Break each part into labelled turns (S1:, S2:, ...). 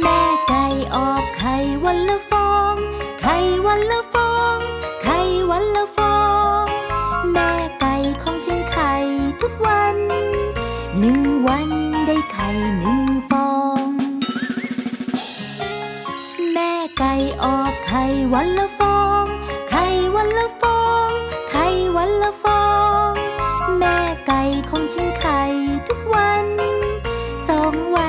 S1: แม่ไก่ออกไข่วันละฟอง ไข่วันละฟอง ไข่วันละฟอง แม่ไก่ของฉันไข่ทุกวัน หนึ่งวันได้ไข่หนึ่งฟอง แม่ไก่ออกไข่วันละฟอง ไข่วันละฟอง ไข่วันละฟอง แม่ไก่ของฉันไข่ทุกวัน สองวั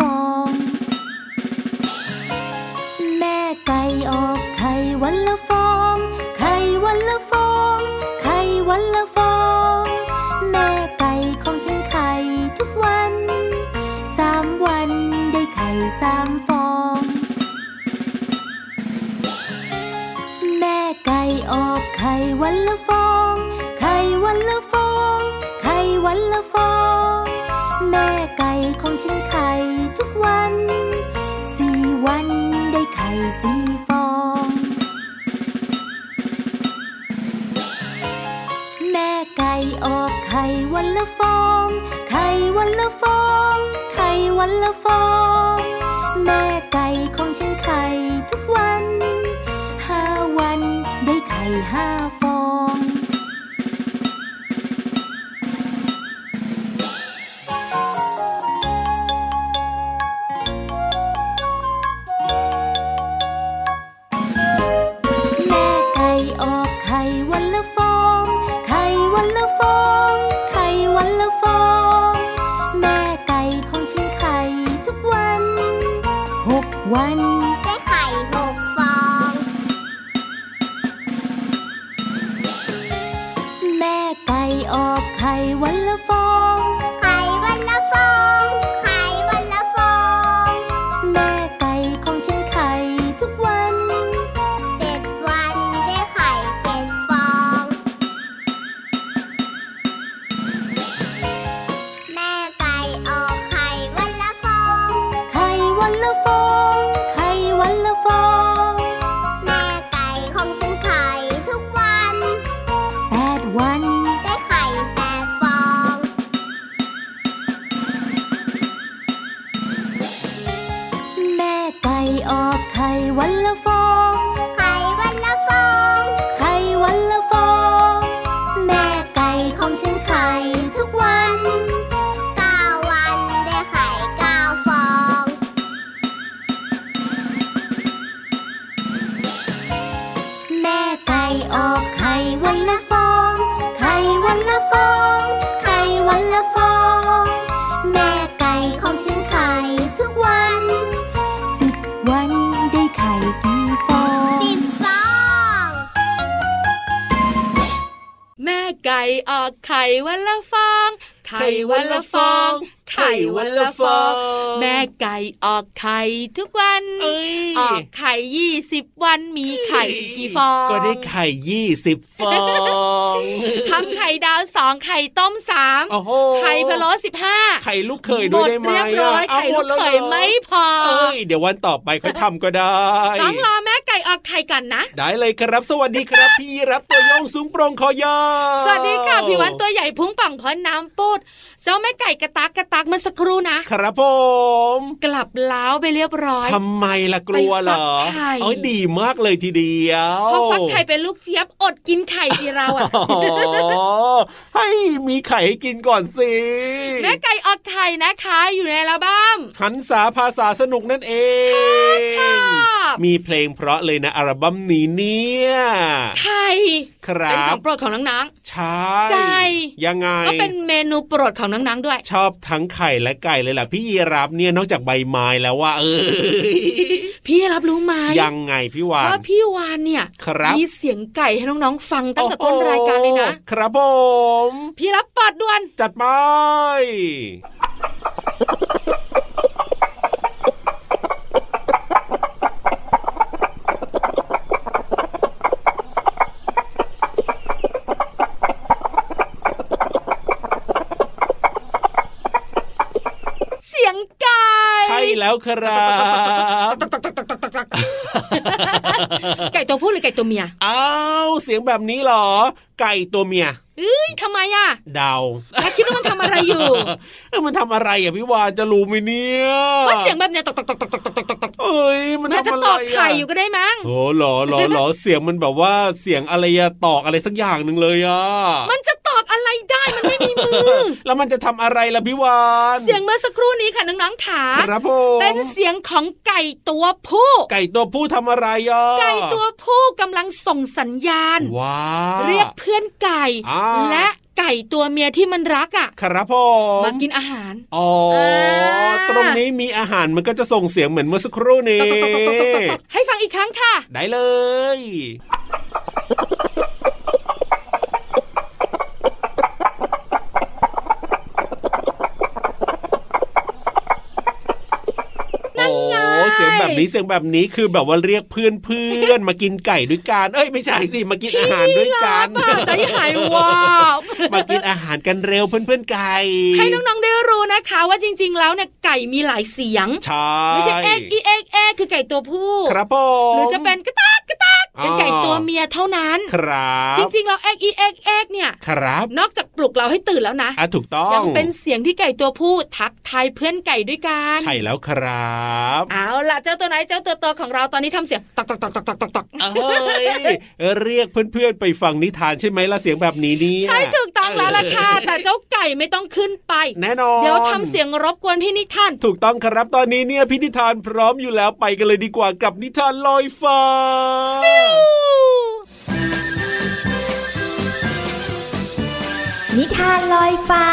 S1: อง แม่ไก่ออกไข่วันละฟอง ไข่วันละฟอง ไข่วันละฟอง แม่ไก่ของฉันไข่ทุกวัน สามวันได้ไข่สามฟอง แม่ไก่ออกไข่วันละฟอง ไข่วันละฟอง ไข่วันละฟอง แม่ไก่ของฉันไข่ทุกวัน สี่วันได้ไข่สี่ฟอง แม่ไก่ออกไข่วันละฟอง ไข่วันละฟอง ไข่วันละฟอง แม่ไก่ของฉันไข่ทุกวัน ห้าวันได้ไข่ห้าฟอง แม่ไก่ออกไข่วันละฟอง ไข่วันละฟอง ไข่วันละฟอง แม่ไก่ของฉันไข่ทุกวันหกวัน
S2: ได้ไข่หกฟอง
S1: แม่ไก่ออกไข่วันละฟอง
S2: ไข่วันละฟอง ไข่วันละฟอง
S1: แม่ไก่ของฉันไข่ทุกวัน
S2: เจ็ดวันได้ไข่เจ็ดฟอง แม่ไก่ออกไข่วันละฟอง
S1: ไข่วันละฟอง ไข่วันละฟอง
S2: แม่ไก่ของฉันไข่ทุกวัน
S1: แปดวัน
S2: ได้ไข่แปดฟอง
S1: แม่ไก่ออกไข่วันละฟอง
S2: ไข่วันละฟอง
S1: ไข่วันละฟอง แม่
S2: แม่ไก่ของฉันไข่ทุกวันเก้าวันได้ไข่เก้าฟอง แม่ไก่ออกไข่วันละฟอง ไข่วันละฟอง ไข่วันละฟอง แม่ไก่ของฉันไข่ทุกวัน
S1: สิบวันได้ไข่กี่ฟอง
S2: สิบฟอง
S3: แม่ไก่ออกไข่วันละฟอง ไข่วันละฟอง ไข่วันละฟอง แม่ไก่ออกไข่ทุกวัน
S4: เอ้ย
S3: ออกไข่ยี่สิบวันมีไข่อีกกี่ฟอง
S4: ก็ได้ไข่ยี่สิบฟอง
S3: ทำไข่ดาวสองไข่ต้มสาม
S4: โอ้โห
S3: ไข่พ ะโล้สิบห้า
S4: ไข่ลูกเขยด้วยได้ไหม
S3: เรียบร้อย
S4: ะา
S3: ไข่
S4: หม
S3: ลู
S4: ด
S3: ก
S4: แว
S3: เข
S4: หรอย
S3: ไม่พอ
S4: เอ้ยเดี๋ยววันต่อไปค่อยทำก็ได้
S3: ต้องรอแม่ไก่ออกไข่ก่อนนะ
S4: ได้เลยครับ สวัสดีครับ พี่รับตัวโยงสูงโปรงคอยาว
S3: สวัสดีค่ะพี่วันตัวใหญ่พุงป่องพอน้ำปูดเจ้าแม่ไก่กระตักกระตักเมื่อสักครู่นะ
S4: ครับผม
S3: กลับล้าวไปเรียบร้อย
S4: ทำไมล่ะกลัวเหรอ
S3: ไปฟักไข่
S4: เอ้ยดีมากเลยทีเดียว
S3: พอฟักไข่เป็นลูกเจี๊ยบอดกินไข่สิเรา อ่ะ
S4: อ๋อให้มีไข่ให้กินก่อนสิ
S3: แม่ไก่ออกไข่นะคะ อยู่ในอัลบั้ม
S4: หันษาภาษาสนุกนั่นเอง
S3: ชอบ
S4: มีเพลงเพราะเลยนะอัลบั้มนี้เนี่ย
S3: ไข่
S4: ค
S3: เป็นข
S4: รับ
S3: องโปรดของน้อง
S4: ใช่
S3: ไก่
S4: ยังไง
S3: ๆก็เป็นเมนูโปรดของน้องๆด้วย
S4: ชอบทั้งไข่และไก่เลยล่ะพี่ยีรับเนี่ยนอกจากใบไม้แล้วว่า เออ
S3: พี่รับรู้ไหม
S4: ยังไงพี่วาน
S3: ว่าพี่วานเนี่ย
S4: ครับ
S3: มีเสียงไก่ให้น้องๆฟังตั้งแต่ต้นรายการเลยนะ
S4: โอ้โหครับผม
S3: พี่รับเปิดด่วน
S4: จัดไป แล้วครับ
S3: ไก่ตัวผู้หรือไก่ตัวเมีย
S4: อ้าวเสียงแบบนี้เหรอ ไก่ตัวเมีย
S3: เอ้ยทำไมอ่ะ
S4: เดา
S3: แล้วคิดว่ามันทำอะไร อยู่
S4: เอ้ยมันทำอะไรอ่ะพี่วานจะรู้ไหมเนี่ย
S3: ว่าเสียงแบบเนี้ยตกตกตกตกตกตกตกตก
S4: เอ้ยมัน
S3: มันอาจจะ
S4: ทำอะไร
S3: ตอกไข่อยู่ก็ได้มั้ง
S4: โอ้เหรอเหรอเหรอ เสียงมันแบบว่าเสียงอะไรอะตอกอะไรสักอย่างหนึ่งเลยอะ
S3: มันจะตอกอะไรได้มันไม่มีมือ
S4: แล้วมันจะทำอะไรล่ะพี่วาน
S3: เสียงเมื่อสักครู่นี้ค่ะน้องๆขา
S4: ครับผม
S3: เป็นเสียงของไก่ตัวผู้
S4: ไก่ตัวผู้ทำอะไรอะ
S3: ไก่ตัวผู้กำลังส่งสัญญาณ
S4: ว้า
S3: เรียกเพื่อนไก่
S4: อ่า
S3: และไก่ตัวเมียที่มันรักอ่ะ
S4: ครับผม
S3: มากินอาหาร
S4: อ๋อ ตรงนี้มีอาหารมันก็จะส่งเสียงเหมือนเมื่อสักครู่นี้
S3: ตกตกตกตกตกตกตกให้ฟังอีกครั้งค่ะ
S4: ได้เลย
S3: นั่นไง
S4: โอ้เสียงแบบนี้เสียงแบบนี้คือแบบว่าเรียกเพื่อนเพื่อนๆมากินไก่ด้วยกัน เอ้ยไม่ใช่สิมากินอาหารด้วยกัน
S3: ป้าใจหายวาบ
S4: มากินอาหารกันเร็วเพื่อนเพื่อนๆไก่
S3: ให้น้องๆได้รู้นะคะ ว่าจริง ๆ แล้วเนี่ยไก่มีหลายเสียง
S4: ใช่
S3: ไม่ใช่เอกอีเอกเอกคือไก่ตัวผู้
S4: ครับผม
S3: หรือจะเป็นกระตากกระตากเป็น
S4: อ๋อ
S3: ไก่ตัวเมียเท่านั้น
S4: ครับ
S3: จริงๆแล้วเอกอีเอกเอกเนี่ย
S4: ครับ
S3: นอกจากปลุกเราให้ตื่นแล้วนะ
S4: อ่ะถูกต้อง
S3: ยังเป็นเสียงที่ไก่ตัวผู้ทักทายเพื่อนไก่ด้วยกัน
S4: ใช่แล้วครับ
S3: เอาล่ะเจ้าตัวไหนเจ้าตัวโตของเราตอนนี้ทำเสียงตอกตอกตอกตอกตอกตอกตอก
S4: เฮ้ยเรียกเพื่อนๆไปฟังนิทานใช่ไหมล่ะเสียงแบบนี้เนี่ย
S3: ใช่ถูกต้องแล้วล่ะค่ะแต่เจ้าไก่ไม่ต้องขึ้นไป
S4: แน่นอน
S3: เดี๋ยวทำเสียงรบกวนพี่นิทาน
S4: ถูกต้องครับตอนนี้เนี่ยพินิธานพร้อมอยู่แล้วไปกันเลยดีกว่ากับนิทานลอยฟ้า
S5: นิทานลอยฟ้า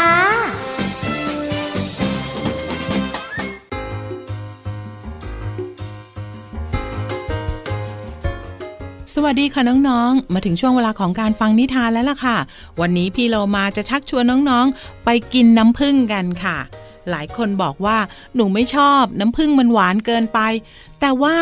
S6: สวัสดีค่ะน้องๆ มาถึงช่วงเวลาของการฟังนิทานแล้วล่ะค่ะ วันนี้พี่เรามาจะชักชวนน้องๆ ไปกินน้ำผึ้งกันค่ะ หลายคนบอกว่าหนูไม่ชอบน้ำผึ้งมันหวานเกินไป แต่ว่า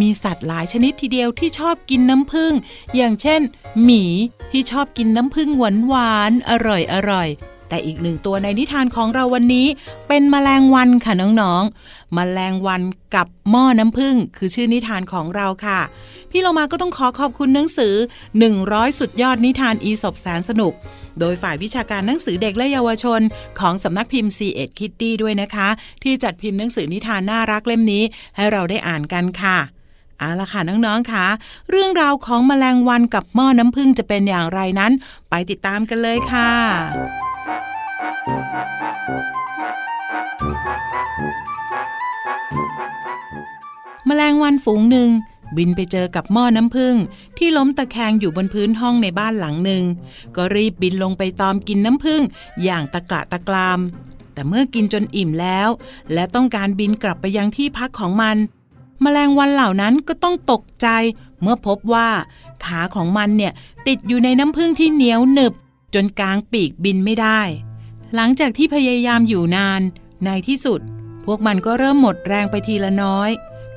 S6: มีสัตว์หลายชนิดทีเดียวที่ชอบกินน้ำผึ้งอย่างเช่น หมีที่ชอบกินน้ำผึ้งหวานหวานๆอร่อยอร่อยๆแต่อีกหนึ่งตัวในนิทานของเราวันนี้ เป็นแมลงวันค่ะน้องๆ แมลงวันกับหม้อน้ำผึ้งคือชื่อนิทานของเราค่ะ พี่เรามาก็ต้องขอขอบคุณหนังสือ 100 สุดยอดนิทานอีสบแสนสนุก โดยฝ่ายวิชาการหนังสือเด็กและเยาวชน ของสำนักพิมพ์ c ีเอ็ดคิตตี้ด้วยนะคะ ที่จัดพิมพ์หนังสือนิทานน่ารักเล่มนี้ ให้เราได้อ่านกันค่ะเอาละค่ะน้องๆค่ะ เรื่องราวของแมลงวันกับหม้อน้ำผึ้งจะเป็นอย่างไรนั้น ไปติดตามกันเลยค่ะ แมลงวันฝูงหนึ่ง บินไปเจอกับหม้อน้ำผึ้งที่ล้มตะแคงอยู่บนพื้นห้องในบ้านหลังหนึ่ง ก็รีบบินลงไปตอมกินน้ำผึ้งอย่างตะกละตะกราม แต่เมื่อกินจนอิ่มแล้ว และต้องการบินกลับไปยังที่พักของมัน แมลงวันเหล่านั้นก็ต้องตกใจ เมื่อพบว่า ขาของมันเนี่ยติดอยู่ในน้ำผึ้งที่เหนียวหนึบ จนกางปีกบินไม่ได้ หลังจากที่พยายามอยู่นาน ในที่สุด พวกมันก็เริ่มหมดแรงไปทีละน้อย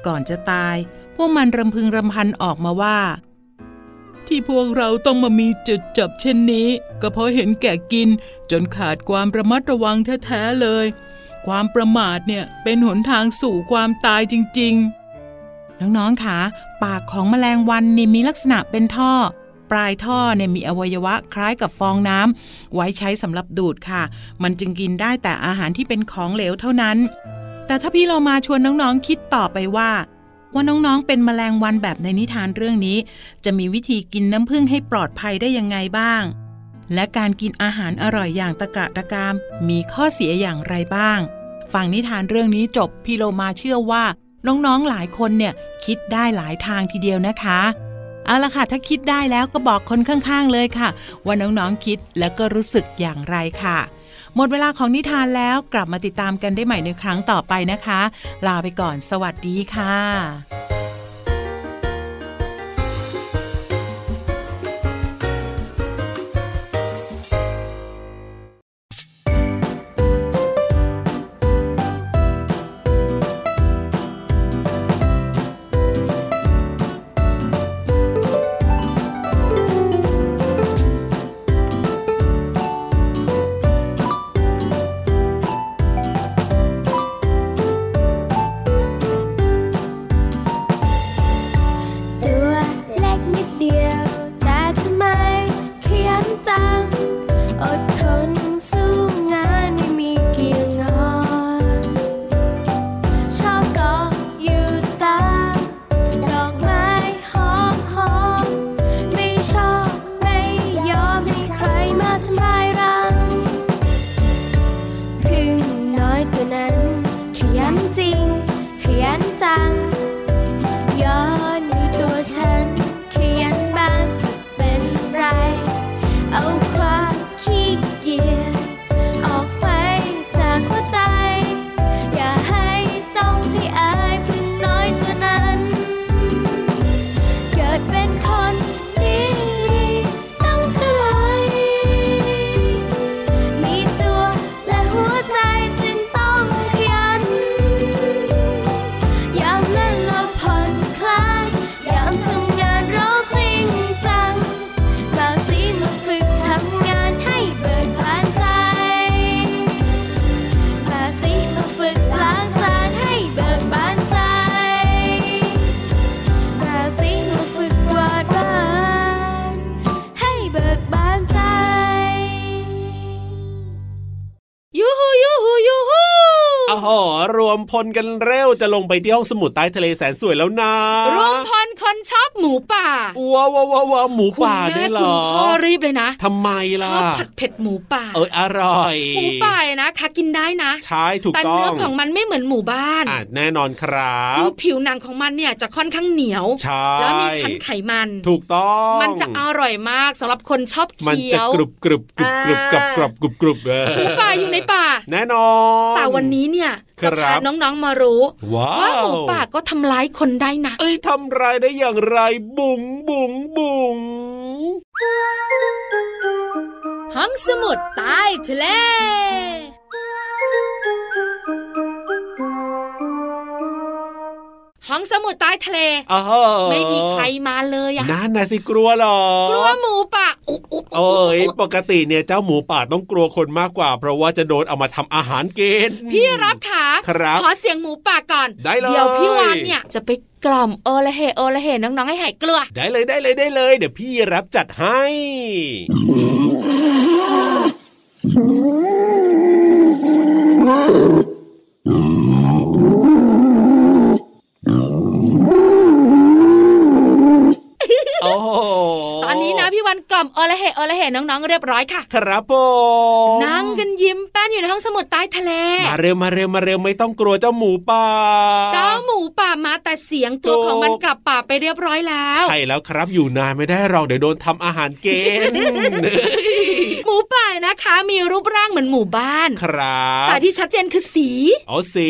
S6: ก่อนจะตาย พวกมันรำพึงรำพันออกมาว่า ที่พวกเราต้องมามีจุดจบเช่นนี้ ก็เพราะเห็นแก่กิน จนขาดความระมัดระวังแท้ๆเลย ความประมาทเนี่ยเป็นหนทางสู่ความตายจริงๆ น้องๆคะปากของแมลงวันนี่มีลักษณะเป็นท่อ ปลายท่อเนี่ยมีอวัยวะคล้ายกับฟองน้ำไว้ใช้สำหรับดูดค่ะ มันจึงกินได้แต่อาหารที่เป็นของเหลวเท่านั้น แต่ถ้าพี่เรามาชวนน้องๆคิดต่อไปว่า ว่าน้องๆเป็นแมลงวันแบบในนิทานเรื่องนี้ จะมีวิธีกินน้ำผึ้งให้ปลอดภัยได้ยังไงบ้าง และการกินอาหารอร่อยอย่างตะกระตะกามมีข้อเสียอย่างไรบ้าง ฟังนิทานเรื่องนี้จบพี่โลมาเชื่อว่า น้องๆหลายคนเนี่ยคิดได้หลายทางทีเดียวนะคะ เอาละค่ะ ถ้าคิดได้แล้วก็บอกคนข้างๆเลยค่ะ ว่าน้องๆคิดแล้วก็รู้สึกอย่างไรค่ะ หมดเวลาของนิทานแล้วกลับมาติดตามกันได้ใหม่ในครั้งต่อไปนะคะ ลาไปก่อนสวัสดีค่ะ
S4: พ รวมพลกันเร็วจะลงไปที่ห้องสมุดใต้ทะเลแสนสวยแล้วนะ
S3: รวมพลคนชอบหมูป่า
S4: ว้าวว้าวว้าวว้าวหมู
S3: คุณ
S4: ป่า
S3: แม่
S4: ด้วยเหร
S3: คุณ
S4: อ
S3: พ่อรีบเลยนะ
S4: ทำไม
S3: ช
S4: ล่ะ
S3: อบผัดเผ็ดหมูป่า
S4: เอยอร่อย
S3: หมูป่านะคะกินได้นะ
S4: ใช่ถูก
S3: แต่
S4: ต้อง
S3: เนื้อของมันไม่เหมือนหมูบ้าน
S4: อ่ะแน่นอนครั
S3: คื
S4: บ
S3: อผิวหนังของมันเนี่ยจะค่อนข้างเหนียว
S4: ใช่
S3: แล้วมีชั้นไขมัน
S4: ถูกต้อง
S3: มันจะอร่อยมากสำหรับคนชอบ
S4: มัน
S3: เคี้
S4: จะ
S3: ยว
S4: กรุบกรุบกรุบกรุบก
S3: อ่า
S4: รับกรับกรุบกรุบเออ
S3: หมูป่าอยู่ในป่า
S4: แน่นอน
S3: แต่วันนี้เนี่ย
S4: ครั
S3: จะ
S4: บ
S3: พาน้องๆมารู้
S4: ว้าว
S3: ว่าหมูป่าก็ทำร้ายคนได้นะ
S4: เอ้ยทำร้ายได้อย่างไรบุ๋งบุ๋งบุ๋ง
S3: ห้องสมุดใต้ทะเล ห้องสมุดใต้ทะเล
S4: อ้าว
S3: ไม่มีใครมาเลยอะ
S4: นั่นนะสิกลัวเหรอก
S3: ลัวหมูป่าอุ๊อุ๊
S4: โอ้ยปกติเนี่ยเจ้าหมูป่าต้องกลัวคนมากกว่า เพราะว่าจะโดนเอามาทำอาหารกิน
S3: พี่รับขา
S4: ครับ
S3: ขอเสียงหมูป่าก่อน
S4: ได้เลย
S3: ยวพี่วานเนี่ยจะไปกล่อมโอละเหโอละเหน้องๆให้หายกลัว
S4: ได้เลยได้เลยได้เลย เดี๋ยวพี่รับจัดให้ โอ้โห
S3: ตอนนี้นะพี่วานกล่อมโอละเหโอละเหน้องๆเรียบร้อยค่ะ
S4: ครับผม
S3: นั่งกันยิ้มแป้นอยู่ในห้องสมุดใต้ทะเล
S4: มาเร็วมาเร็วมาเร็วไม่ต้องกลัวเจ้าหมูป่า
S3: เจ้าหมูป่ามาแต่เสียงตัว
S4: ถูก
S3: ของมันกลับป่าไปเรียบร้อยแล้ว
S4: ใช่แล้วครับอยู่นานไม่ได้เราเดี๋ยวโดนทำอาหารเก ณฑ์
S3: หมูป่านะคะ มีรูปร่างเหมือนหมู่บ้าน
S4: ครับ
S3: แต่ที่ชัดเจนคือสี
S4: อ๋อสิ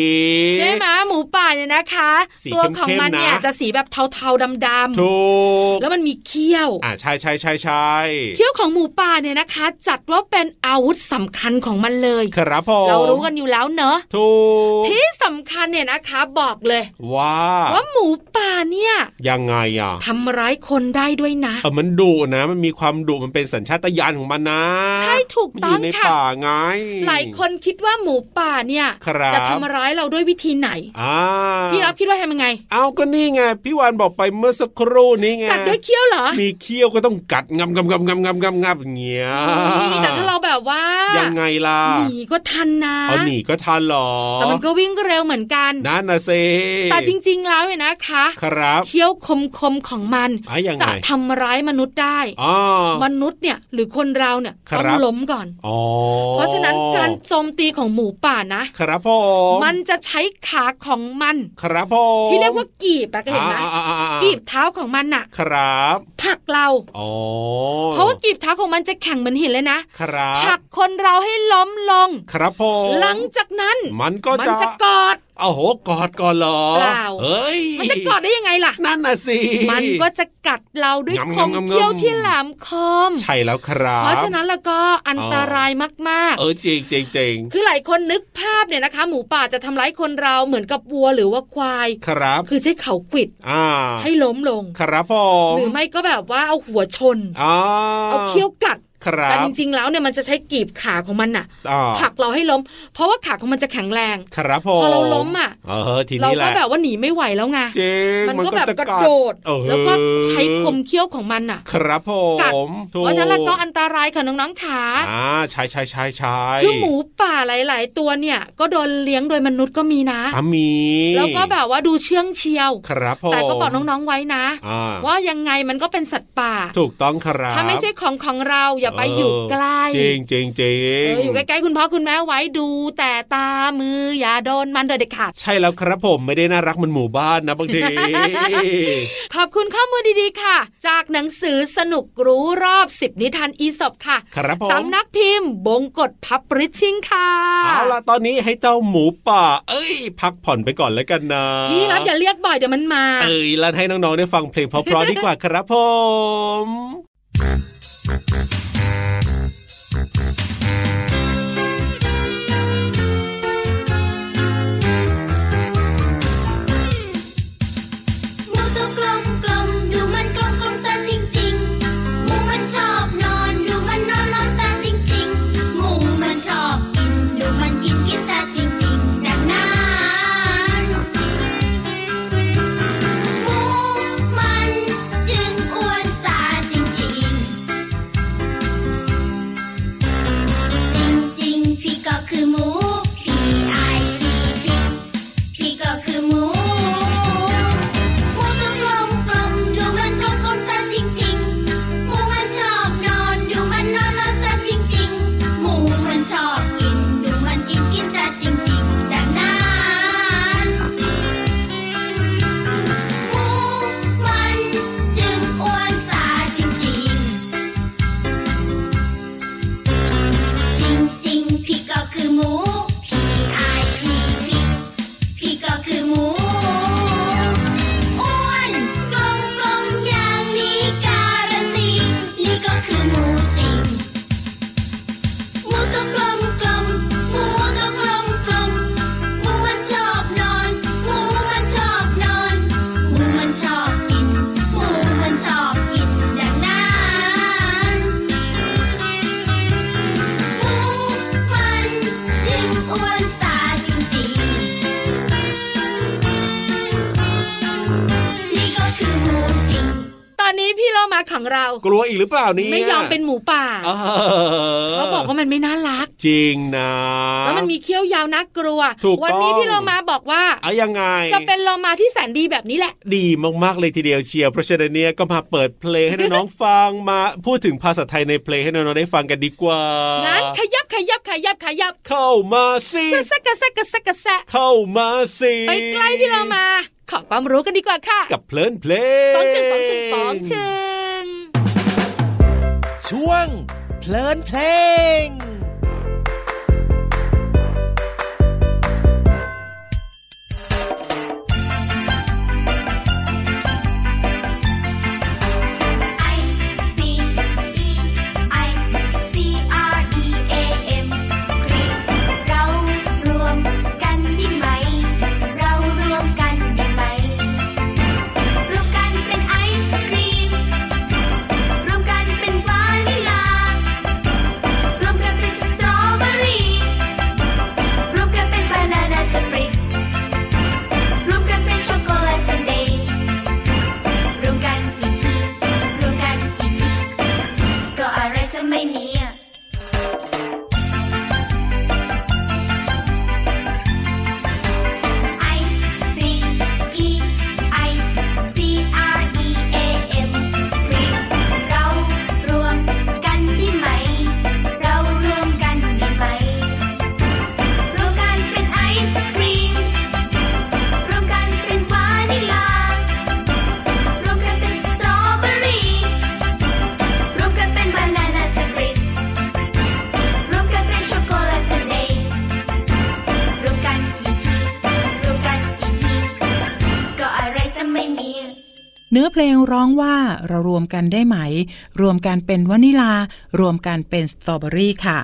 S3: ใช่ไหมหมูป่าเนี่ยนะคะ
S4: สี
S3: ตัวของมัน
S4: เข้มๆนะ
S3: เนี่ยจะสีแบบเทาๆดำ
S4: ถูก
S3: ๆแล้วมันมีเขี้ยว
S4: อ่าใช่ใช่ใช่ใช่
S3: เขี้ยวของหมูป่าเนี่ยนะคะ จัดว่าเป็นอาวุธสำคัญของมันเลย
S4: ครับผม
S3: เรารู้กันอยู่แล้วเนอะ
S4: ถูก
S3: ที่สำคัญเนี่ยนะคะบอกเลย
S4: ว่า
S3: ว่าหมูป่าเนี่ย
S4: ยังไงอ่ะ
S3: ทำร้ายคนได้ด้วยนะ
S4: เออมันดุนะมันมีความดุมันเป็นสัญชาตญาณของมันนะ
S3: ใช่ถูก
S4: มัน
S3: ต้
S4: อ
S3: อง
S4: ยู่ใน
S3: ค่ะ
S4: ป่าไง
S3: หลายคนคิดว่าหมูป่าเนี่ย
S4: ครับ
S3: จะทำร้ายเราด้วยวิธีไหน
S4: อ่า
S3: พี่รับคิดว่าทำยังไง
S4: เอาก็นี่ไงพี่วานบอกไปเมื่อสักครู่นี้ไง
S3: กัดด้วยเขี้ยวเหรอ
S4: มีเขี้ยวก็ต้องกัดงับงับงับงับงับงับงับอย่างเงี้ย
S3: นี่แต่ถ้าเราแบบว่า
S4: ยังไงล่ะ
S3: หนีก็ทันนะ
S4: เอาหนีก็ทันเหรอ
S3: แต่มันก็วิ่งเร็วเหมือนกัน
S4: นั่นนะเซ
S3: แต่จริงๆแล้วเนี่ยนะคะ
S4: ครับ
S3: เขี้ยวคมคมๆของมัน
S4: อ่ะยังไง
S3: จะทำร้ายมนุษย์ได้
S4: อ๋อ
S3: มนุษย์เนี่ยหรือคนเราเนี่ย
S4: ครับ
S3: ต้องล้มก่อน
S4: อ๋อ
S3: เพราะฉะนั้นการโจมตีของหมูป่านะ
S4: ครับผม
S3: มันจะใช้ขาของมัน
S4: ครับผม
S3: ที่เรียกว่ากีบอะก็เห็นไหม
S4: อ่าอ่าอ่าอ่า
S3: กีบเท้าของมันน่ะ
S4: ครับ
S3: ผลักเรา
S4: อ๋อ
S3: เพราะว่ากีบเท้าของมันจะแข็งเหมือนหินเลยนะครับ ผลักคนเราให้ล้มลง
S4: ครับผม
S3: หลังจากนั้น
S4: มันก็
S3: มัน
S4: จะ
S3: จะกอด
S4: โอ้โหกอดก่อนเหรอ
S3: เปล่า
S4: เฮ้ย
S3: มันจะกอดได้ยังไงล่ะ
S4: นั่นน่ะสิ
S3: มันก็จะกัดเราด้วย
S4: งำ
S3: คม
S4: งำงำ
S3: เขี้ยวที่แหลมคม
S4: ใช่แล้วครับ
S3: เพราะฉะนั้นแล้วก็อันตรายมาก
S4: เออจริงจริงจริง
S3: ๆ คือหลายคนนึกภาพเนี่ยนะคะ หมูป่าจะทำร้ายคนเราเหมือนกับวัวหรือว่าควาย
S4: ครับ
S3: คือใช้เข่าขวิด
S4: อ่า
S3: ให้ล้มลง
S4: ครับผม
S3: หรือไม่ก็แบบว่าเอาหัวชน
S4: อ๋อ
S3: เอาเขี้ยวกัด
S4: ครั
S3: แต่
S4: บ
S3: จริงๆแล้วเนี่ยมันจะใช้กีบขาของมันน่ะ
S4: อ่า
S3: ผลักเราให้ล้ม เพราะว่าขาของมันจะแข็งแรง
S4: ครับผม
S3: พอเราล้มอะ
S4: เออที
S3: เรา
S4: นี้
S3: ก็
S4: แหละ
S3: แบบว่าหนีไม่ไหวแล้วไง
S4: จริง
S3: มันก็แบบ
S4: จ
S3: กระโดด
S4: เออ
S3: แล้วก็ใช้คมเขี้ยวของมันน่ะ
S4: ครับผ
S3: กัด
S4: มถู
S3: เพราะฉะนั้นแล้วก็อันตรายค่ะน้องๆขา
S4: อ่าใช่ใช่ใช่ใช่
S3: คือหมูป่าหลาย ๆ ตัวเนี่ย ก็โดนเลี้ยงโดยมนุษย์ก็มีนะ
S4: อ่ะมี
S3: แล้วก็แบบว่าดูเชื่องเชียว
S4: ครับผม
S3: แต่ก็บอกน้องๆไว้นะ
S4: อ่า
S3: ว่ายังไงมันก็เป็นสัตว์ป่า
S4: ถูกต้องครับ
S3: ถ้าไม่ใช่ของของเราอย่าไปอยู่ใกล้
S4: เออจริงจริงจริ
S3: เอง ออยู่ใกล้ๆคุณพ่อคุณแม่ไว้ดู แต่ตามืออย่าโดนมันโดยเด็ดขาด
S4: ใช่แล้วครับผมไม่ได้น่ารักเหมันหมู่บ้านนะบางที
S3: ขอบคุณข้อมูลดีๆค่ะ จากหนังสือสนุกรู้รอบสิบนิทานอีสบค่ะ
S4: ครับผม
S3: สำนักพิมพ์ บงกฎพับริชชิงค่ะ
S4: เอาล่ะตอนนี้ให้เจ้าหมูป่า เอ้ย พักผ่อนไปก่อนแล้วกันนะ
S3: พี่รับอย่าเรียกบ่อยเดี๋ยวมันมา
S4: เอ้ยแล้วให้น้องๆได้ฟังเพลงเพราะๆดีกว่าครับผม
S2: หมูตัวกลมกลมดูมันกลมกลมซะจริงจริงๆหมูมันชอบนอนดูมันนอนนอนซะจริงจริงๆหมูมันชอบกินดูมันกินกินซะจริงจริงๆดังนั้นหมูมันจึงอ้วนซะจริงจริงๆ
S3: ขังเรา
S4: กลัวอีกหรือเปล่าเนี่ย
S3: ไม่ยอมเป็นหมูป่า
S4: เออ
S3: เขาบอกว่ามันไม่น่ารัก
S4: จริงนะ
S3: แล้วมันมีเขี้ยวยาวน่ากลัว
S4: ถูกต้อง
S3: วันี้พี่เรามาบอกว่า
S4: เอายังไง
S3: จะเป็นโลมาที่แสนดีแบบนี้แหละ
S4: ดีมากๆเลยทีเดียวเชียร์เพราะฉะนั้นเนี่ยก็มาเปิดเพลงให้น้องๆ ฟังมาพูดถึงภาษาไทยในเพลงให้น้องๆได้ฟังกันดีกว่างั้
S3: งั้นขยับขยับขยับขยับ
S4: เข้ามาสิ
S3: กระแซะกระแซะกระแซะกระแซะ
S4: เข้ามาสิ
S3: ไปใกล้พี่เรามา ขอความรู้กันดีกว่าค่ะ
S4: กับเพลินเพลง
S3: ป๋องเชิงป๋องเชิงป๋องเชิง
S7: ช่วง เพลินเพลง
S1: E E
S8: ไม่มีอ่ะ I C E I C R E A M เรียกเรารวมกันได้ไหม เรารวมกันได้ไหม รวมกันเป็นไอศครีม รวมกันเป็นวานิลา รวมกันเป็นสตรอเบอรี่ รวมกันเป็นบานาน่าสปริตรวมกันเป็นช็อกโกแลตสเนย รวมกันกี่ทีรวมกันกี่ทีก็อะไรจะไม่มี
S6: เนื้อเพลงร้องว่าเรารวมกันได้ไหม รวมกันเป็นวานิลา รวมกันเป็นสตรอเบอรี่ค่ะ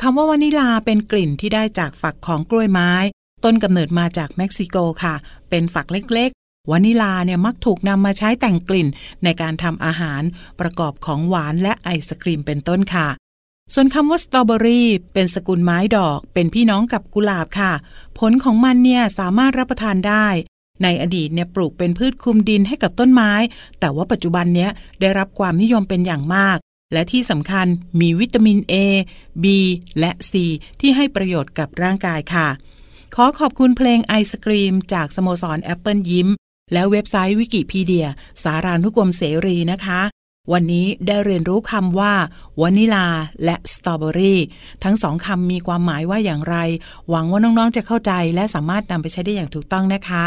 S6: คำว่าวานิลาเป็นกลิ่นที่ได้จากฝักของกล้วยไม้ ต้นกำเนิดมาจากเม็กซิโกค่ะ เป็นฝักเล็กๆ วานิลาเนี่ยมักถูกนำมาใช้แต่งกลิ่นในการทำอาหาร ประกอบของหวานและไอศครีมเป็นต้นค่ะ ส่วนคำว่าสตรอเบอรี่เป็นสกุลไม้ดอก เป็นพี่น้องกับกุหลาบค่ะ ผลของมันเนี่ยสามารถรับประทานได้ ในอดีตเนี่ยปลูกเป็นพืชคลุมดินให้กับต้นไม้ แต่ว่าปัจจุบันเนี้ยได้รับความนิยมเป็นอย่างมาก และที่สำคัญมีวิตามิน A B และ C ที่ให้ประโยชน์กับร่างกายค่ะ ขอขอบคุณเพลงไอศกรีม จากสโมสรแอปเปิลยิ้ม และเว็บไซต์วิกิพีเดีย สารานุกรมเสรีนะคะ วันนี้ได้เรียนรู้คำว่าวานิลาและสตรอเบอรี่ทั้งสองคำมีความหมายว่าอย่างไร หวังว่าน้อง ๆ จะเข้าใจและสามารถนำไปใช้ได้อย่างถูกต้องนะคะ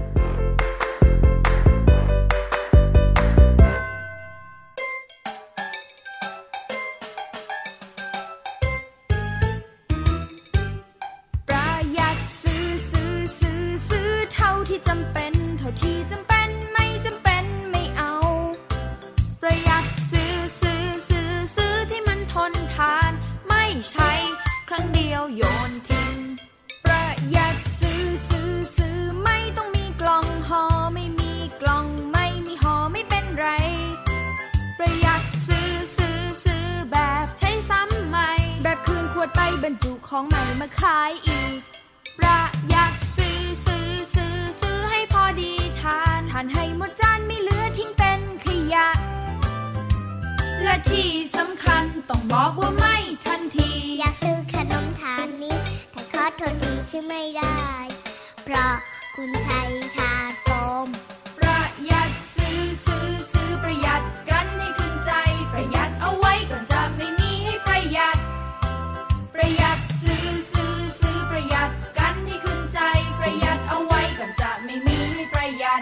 S8: ประหยัดซื้อซื้อซื้อซื้อเท่าที่จำเป็น เท่าที่จำเป็นไม่จำเป็นไม่เอา ประหยัดซื้อซื้อซื้อซื้อที่มันทนทาน ไม่ใช้ครั้งเดียวโยนทิ้งประหยัดซื้อซื้อซื้อไม่ต้องมีกล่องห่อไม่มีกล่องไม่มีห่อไม่เป็นไร ประหยัดซื้อซื้อซื้อแบบใช้ซ้ำใหม่ แบบคืนขวดไปบรรจุของใหม่มาขายอีก ประหยัดซื้อซื้อซื้อซื้อให้พอดีทานทานให้หมดจานไม่เหลือทิ้งเป็นขยะ และที่สำคัญต้องบอกว่าไม่ทันที
S2: อยากซื้อขนมทานนี้ แต่ขอโทษทีซื้อไม่ได้ เพราะคุณใช้ถาดโฟม
S8: ประหยัดซื้อซื้อซื้อประหยัดกันให้ขึ้นใจ ประหยัดเอาไว้ก่อนจะไม่มีให้ประหยัด ประหยัดซื้อซื้อซื้อประหยัดกันให้ขึ้นใจ ประหยัดเอาไว้ก่อนจะไม่มีให้ประหยัด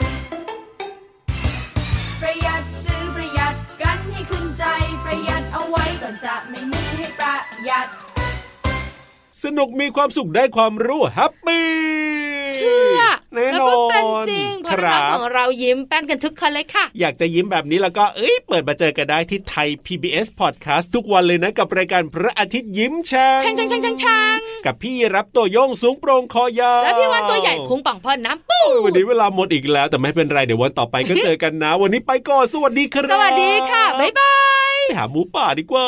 S8: ประหยัดซื้อประหยัดกันให้ขึ้นใจ ประหยัดเอาไว้ก่อนจะไม่มีให้ประหยัด
S4: สนุกมีความสุขได้ความรู้แฮปปี้
S3: เชื่อ
S4: แน่
S3: แล้ว
S4: นอ
S3: ก็เป็น
S4: น
S3: จริงเพ
S4: ค
S3: ราะ
S4: รั
S3: น้องๆข
S4: บ
S3: องเรายิ้มแป้นกันทุกคนเลยค่ะ
S4: อยากจะยิ้มแบบนี้แล้วก็เอ้ยเปิดมาเจอกันได้ที่ไทย PBS Podcast ทุกวันเลยนะกับรายการพระอาทิตย์ยิ้มแฉ่ง
S3: ช่างช่างช่างช่างช่าง
S4: กับพี่รับตัวโยงสูงโปรงคอยาว
S3: แล้วพี่วันตัวใหญ่พุงป่องพอน้ำปู
S4: โอ้ยวันนี้เวลาหมดอีกแล้ว แต่ไม่เป็นไร เดี๋ยววันต่อไปก็ เจอกันนะ วันนี้ไปก่อน สวัสดีครับ
S3: สวัสดีค่ะ บ๊ายบาย
S4: ไปหาหมูป่าดีกว่า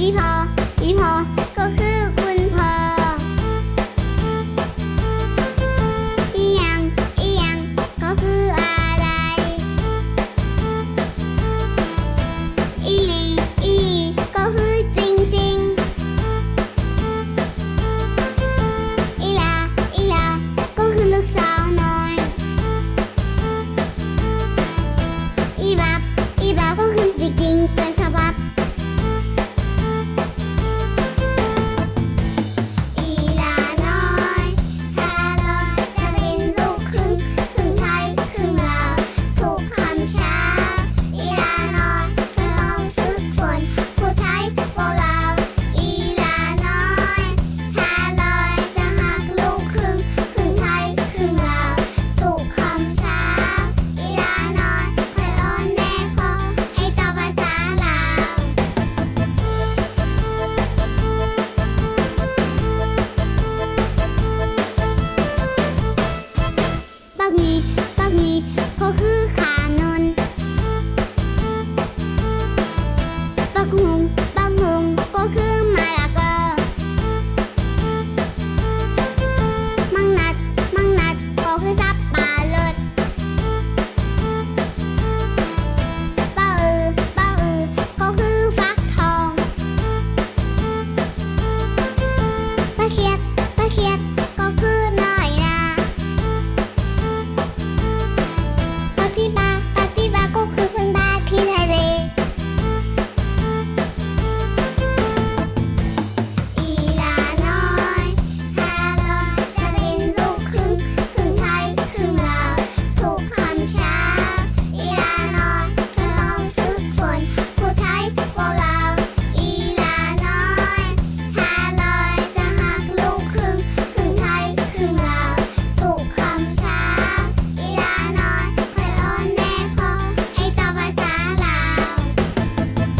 S2: อีพอก็คือคุณพ่ออีหยังอีหยังก็คืออะไร อีหลีอีหลีก็คือจริงจริงๆอีลาอีลาก็คือลูกสาวน้อย อีบับอีบับก็คือจริงๆเป็นฉบับ อีลาน้อยชาลอยจะเป็นลูกครึ่งครึ่งไทยครึ่งลาวถูกคำช้า อีลาน้อยไปลองฝึกฝนผู้ไทยโบราณอีลาน้อยชาลอยจะหักลูกครึ่งครึ่งไทยครึ่งลาวถูกคำช้า อีลาน้อยคอยอ้อนแม่พ่อให้เจ้าภาษาลาว บักนี้บักนี้ก็คือขานนบักหงบักหงก็คือมาลากอมังนัด มังนัดก็คือสับปะรดปะอือปะอือก็คือฟักทองปะเขียดปะเขียดก็คือน้อยนา ปฏิบาปฏิบาก็คือเพื่อนบ้านพี่ทะเล อีลาน้อยชาลอยจะเป็นลูกครึ่งครึ่งไทยครึ่งลาวถูกคำช้า อีลาน้อยไปลองฝึกฝนผู้ไทยโบราณอีลาน้อยชาลอยจะหักลูกครึ่งครึ่งไทยครึ่งลาวถูกคำช้า อีลาน้อยคอยอ้อนแม่พ่อให้เจ้าภาษาลาว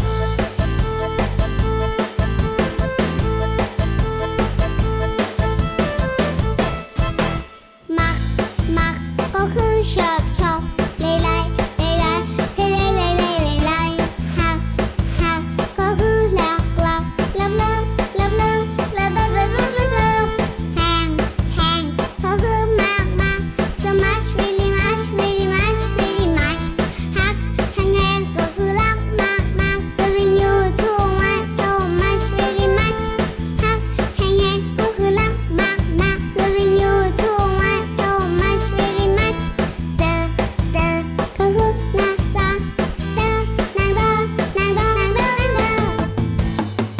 S2: มัก มัก ก็คือชอบชอบไล่ไล่ไล่ไล่ไล่ไล่ไล่ไล่ไล่หักหักก็คือหลักหลักเริ่มเริ่มเริ่มเริ่มเริ่มเริ่มเริ่มเริ่มเริ่มเริ่มแหงแหงก็คือมากมาก so much really much really much really much หักแหงแหงก็คือรักมากมาก loving you too much so much really much ฮักแฮงแฮงก็คือรักมากมาก loving you too much so much really much เตอเตอก็คือนางสาวเตอนางเตอนางเตอนางเตอนางเ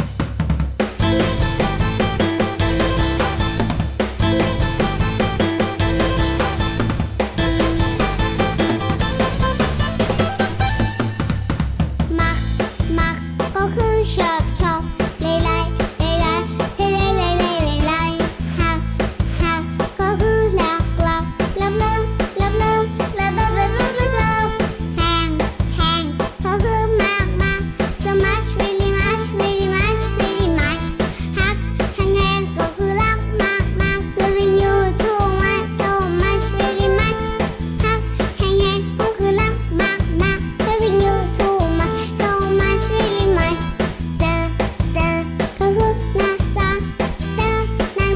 S2: ตอ มัก มัก ก็คือชอบชอบไล่ไล่ไล่ไล่ไล่ไล่ไล่ไล่ไล่หักหักก็คือหลักหลักเริ่มเริ่มเริ่มเริ่มเริ่มเริ่มเริ่มเริ่มเริ่มเริ่มแหงแหงก็คือมากมาก so much really much really much really much หักแหงแหงก็คือรักมากมาก loving you too much so much really much ฮักแฮงแฮงก็คือรักมากมาก loving you too much so much really much เตอเตอก็คือนางสาวเตอ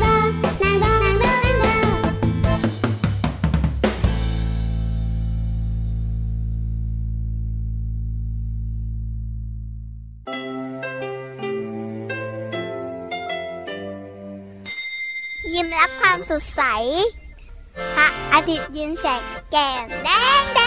S2: นางเตอนางเตอนางเตอนางเตอ ยิ้มรับความสดใส พระอาทิตย์ยิ้มแฉกแก้มแดงแด